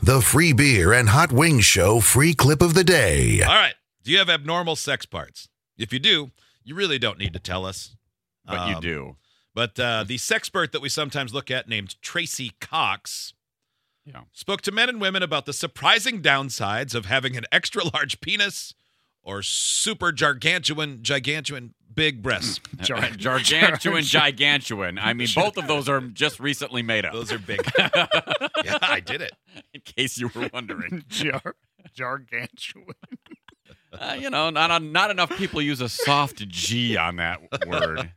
The Free Beer and Hot Wings Show free clip of the day. All right. Do you have abnormal sex parts? If you do, you really don't need to tell us. But you Um, do. But uh, the sexpert that we sometimes look at, named Tracy Cox, Yeah. spoke to men and women about the surprising downsides of having an extra large penis or super gargantuan, gigantuan big breasts. Gargantuan, gigantuan. I mean, both of those are just recently made up. Those are big. yeah, I did it. in case you were wondering. Jar- gargantuan. Uh, you know, not not enough people use a soft G on that word.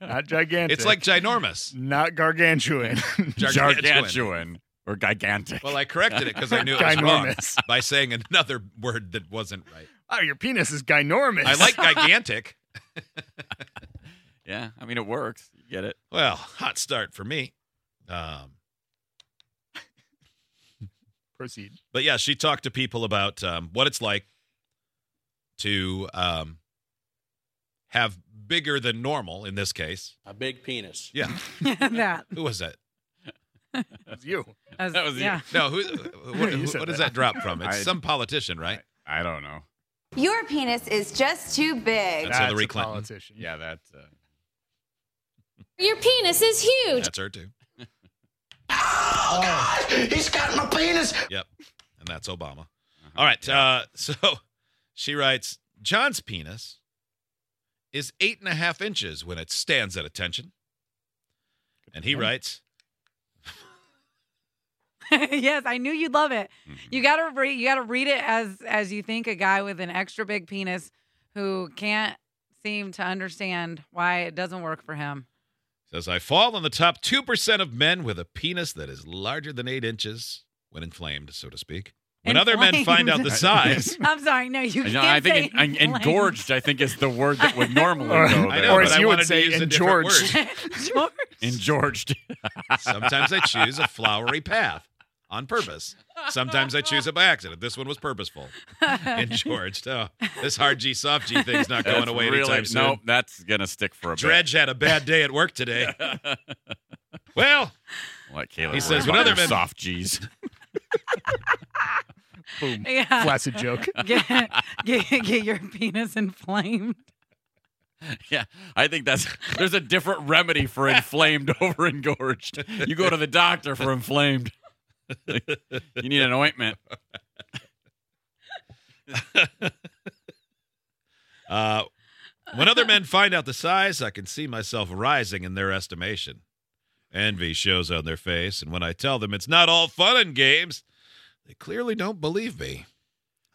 Not gigantic. It's like ginormous. not gargantuan. Gargantuan. Gargantuan or gigantic. Well, I corrected it because I knew it was wrong ginormous. by saying another word that wasn't right. Oh, your penis is ginormous. I like gigantic. yeah, I mean it works. You get it. Well, hot start for me. Um, Proceed. but yeah, she talked to people about um, what it's like to um, have bigger than normal in this case. A big penis. Yeah. that. Who was that? It's you. As, That was you. yeah. No, who, what, You said what does that that. drop from? It's I- some politician, right? I don't know. Your penis is just too big. That's Hillary a Clinton. politician. Yeah, that. Uh, Your penis is huge. That's her too. Oh, He's got my penis. Yep. And that's Obama. All right. Uh, so she writes John's penis is eight and a half inches when it stands at attention. And he writes, yes, I knew you'd love it. Mm-hmm. You gotta read. You gotta read it as as you think a guy with an extra big penis who can't seem to understand why it doesn't work for him. says, I fall in the top 2% of men with a penis that is larger than eight inches when inflamed, so to speak. When other men find out the size, I'm sorry. No, you I, can't. know, I say think en- en- inflamed. engorged. I think is the word that would normally Or- go. I there, know, Or but as but I you would wanted to say, use a in different George. word. George. engorged. Sometimes I choose a flowery path on purpose. Sometimes I choose it by accident. This one was purposeful. And George, oh, this hard G soft G thing's not going That's away really, anytime soon. Nope, that's gonna stick for a Dredge had a bad day at work today. well, bit. Like Caleb, He says, Roy, "When other your men- soft G's." Boom. Yeah. Flaccid joke. Get, get get your penis inflamed. Yeah, I think that's there's a different remedy for inflamed over engorged. You go to the doctor for inflamed. you need an ointment. uh, when other men find out the size, I can see myself rising in their estimation. Envy shows on their face, and when I tell them it's not all fun and games, they clearly don't believe me.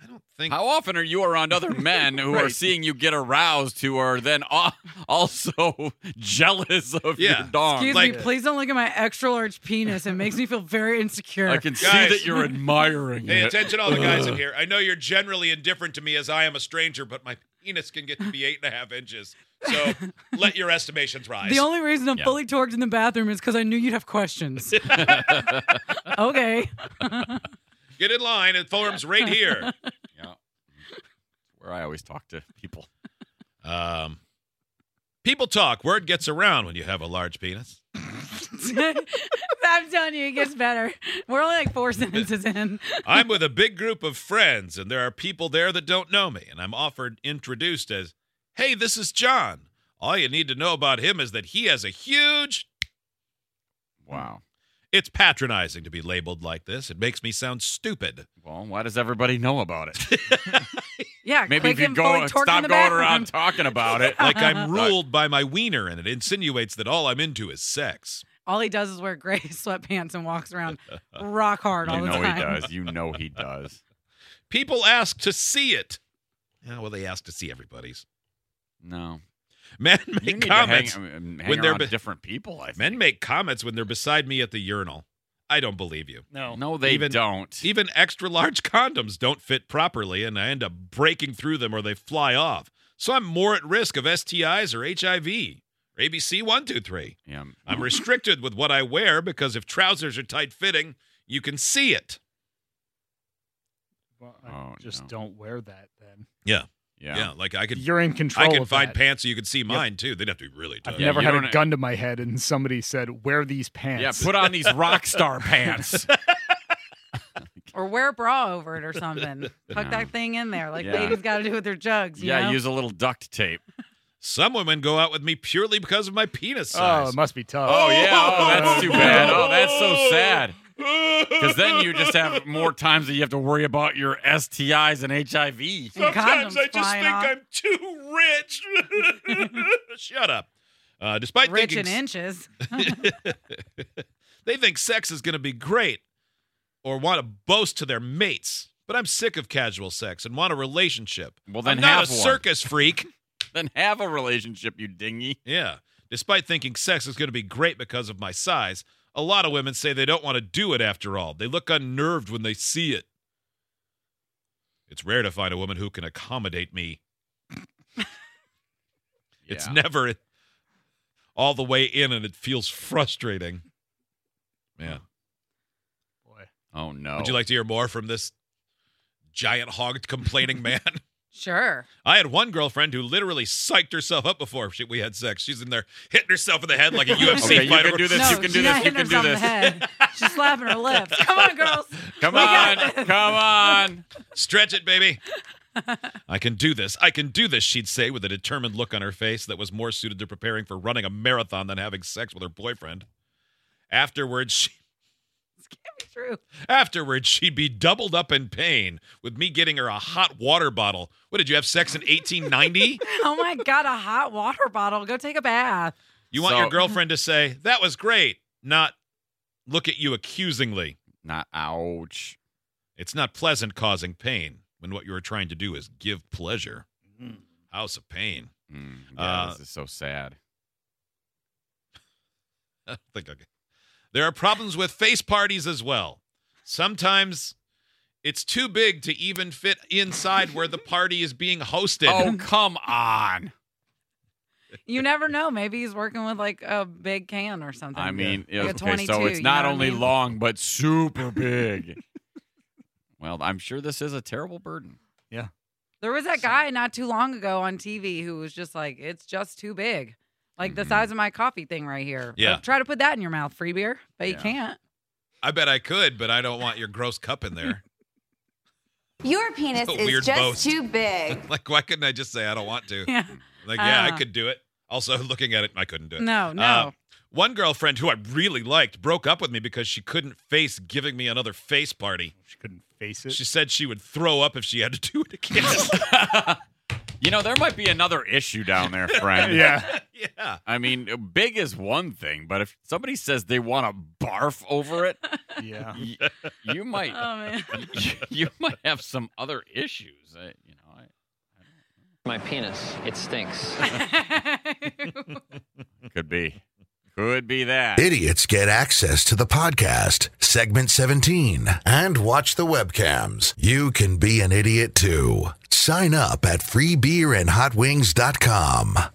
I don't think How often are you around other men who are Right. seeing you get aroused who are then al- also jealous of Yeah. your dong? Excuse Like- me. Please don't look at my extra large penis. It makes me feel very insecure. I can Guys. see that you're admiring Hey, it. attention, all the guys Uh. in here. I know you're generally indifferent to me as I am a stranger, but my penis can get to be eight and a half inches. So let your estimations rise. The only reason I'm Yeah. fully torqued in the bathroom is because I knew you'd have questions. okay. get in line. It forms right here. Yeah. Where I always talk to people. Um, people talk. Word gets around when you have a large penis. I'm telling you, it gets better. We're only like four sentences in. I'm with a big group of friends, and there are people there that don't know me, and I'm offered introduced as, "Hey, this is John." All you need to know about him is that he has a huge Wow. it's patronizing to be labeled like this. It makes me sound stupid. Well, why does everybody know about it? Yeah, Maybe click if you and go fully torqued in stop the going bathroom. around talking about it. Like I'm ruled by my wiener, and it insinuates that all I'm into is sex. All he does is wear gray sweatpants and walks around rock hard all you the know time. he does. You know he does. People ask to see it. Yeah, well, they ask to see everybody's. No. Men You make need to comments. hang, um, hang when they're around be- different people. I think. Men make comments when they're beside me at the urinal. I don't believe you. No. No, they Even- don't. Even extra large condoms don't fit properly, and I end up breaking through them or they fly off. So I'm more at risk of STIs or HIV or ABC 123. yeah. I'm restricted with what I wear because if trousers are tight fitting, you can see it. Well, Oh, just no. don't wear that then. Yeah. Yeah. Yeah. like I could. You're in control I could of find that. pants so you could see mine too. They'd have to be really tight. I've Yeah, never you had a don't- gun to my head and somebody said, wear these Yeah, pants. put on these rock star pants. Or wear a bra over it or something. Tuck No. that thing in there, like Yeah. ladies got to do with their jugs. You yeah, know? use a little duct tape. Some women go out with me purely because of my penis oh, size. it must be tough. Oh yeah, oh that's too bad. Oh, that's so sad. Because then you just have more times that you have to worry about your STIs and HIV. And condoms flying off. too rich. Shut up. Uh, despite rich in thinking inches. they think sex is going to be great or want to boast to their mates, but I'm sick of casual sex and want a relationship. Well, then I'm not have a one. circus freak. Then have a relationship, you dingy. Yeah. Despite thinking sex is going to be great because of my size, a lot of women say they don't want to do it after all. They look unnerved when they see it. It's rare to find a woman who can accommodate me. It's Yeah. never all the way in and it feels frustrating. Man. Boy. oh no. Would you like to hear more from this giant hogged complaining man? Sure. I had one girlfriend who literally psyched herself up before she, we had sex. She's in there hitting herself in the head like a UFC Okay, you fighter. can do this. no, you can she's do not this. You hitting can do herself in the this. head. She's slapping her lips. Come on, girls. Come We on, got this. come on. Stretch it, baby. I can do this. I can do this, she'd say with a determined look on her face that was more suited to preparing for running a marathon than having sex with her boyfriend. Afterwards, she True. Afterwards, she'd be doubled up in pain with me getting her a hot water bottle. What did you have sex in 1890? Oh my God, a hot water bottle. Go take a bath. You want So- your girlfriend to say, that was great, not look at you accusingly. Not ouch. It's not pleasant causing pain when what you are trying to do is give pleasure. Mm-hmm. House of pain. Mm, yeah, Uh, this is so sad. I think I can- There are problems with face parties as well. Sometimes it's too big to even fit inside where the party is being hosted. Oh come on. You never know. Maybe he's working with like a big can or something. I mean, Like a okay, 22, so it's you not know what I only mean? long but super big. well, I'm sure this is a terrible burden. There was that guy not too long ago on TV who was just like, it's just too big. Like Mm-hmm. the size of my coffee thing right here. Yeah. Like, try to put that in your mouth, free beer, but you Yeah. can't. I bet I could, but I don't want your gross cup in there. Your penis A weird is just boast. too big. like, why couldn't I just say I don't want to? Yeah. Like, yeah, I Ah. could do it. Also, looking at it, I couldn't do it. No, no. Uh, one girlfriend who I really liked broke up with me because she couldn't face giving me another face party. She couldn't face it. She said she would throw up if she had to do it again. You know, there might be another issue down there, friend. yeah. yeah. I mean, big is one thing, but if somebody says they want to barf over it, Yeah. y- you might oh, man. you might have some other issues. I, you know, I, My penis. It Oh, stinks. could be, could be that. Idiots get access to the podcast, segment 17, and watch the webcams. You can be an idiot too. Sign up at freebeerandhotwings.com.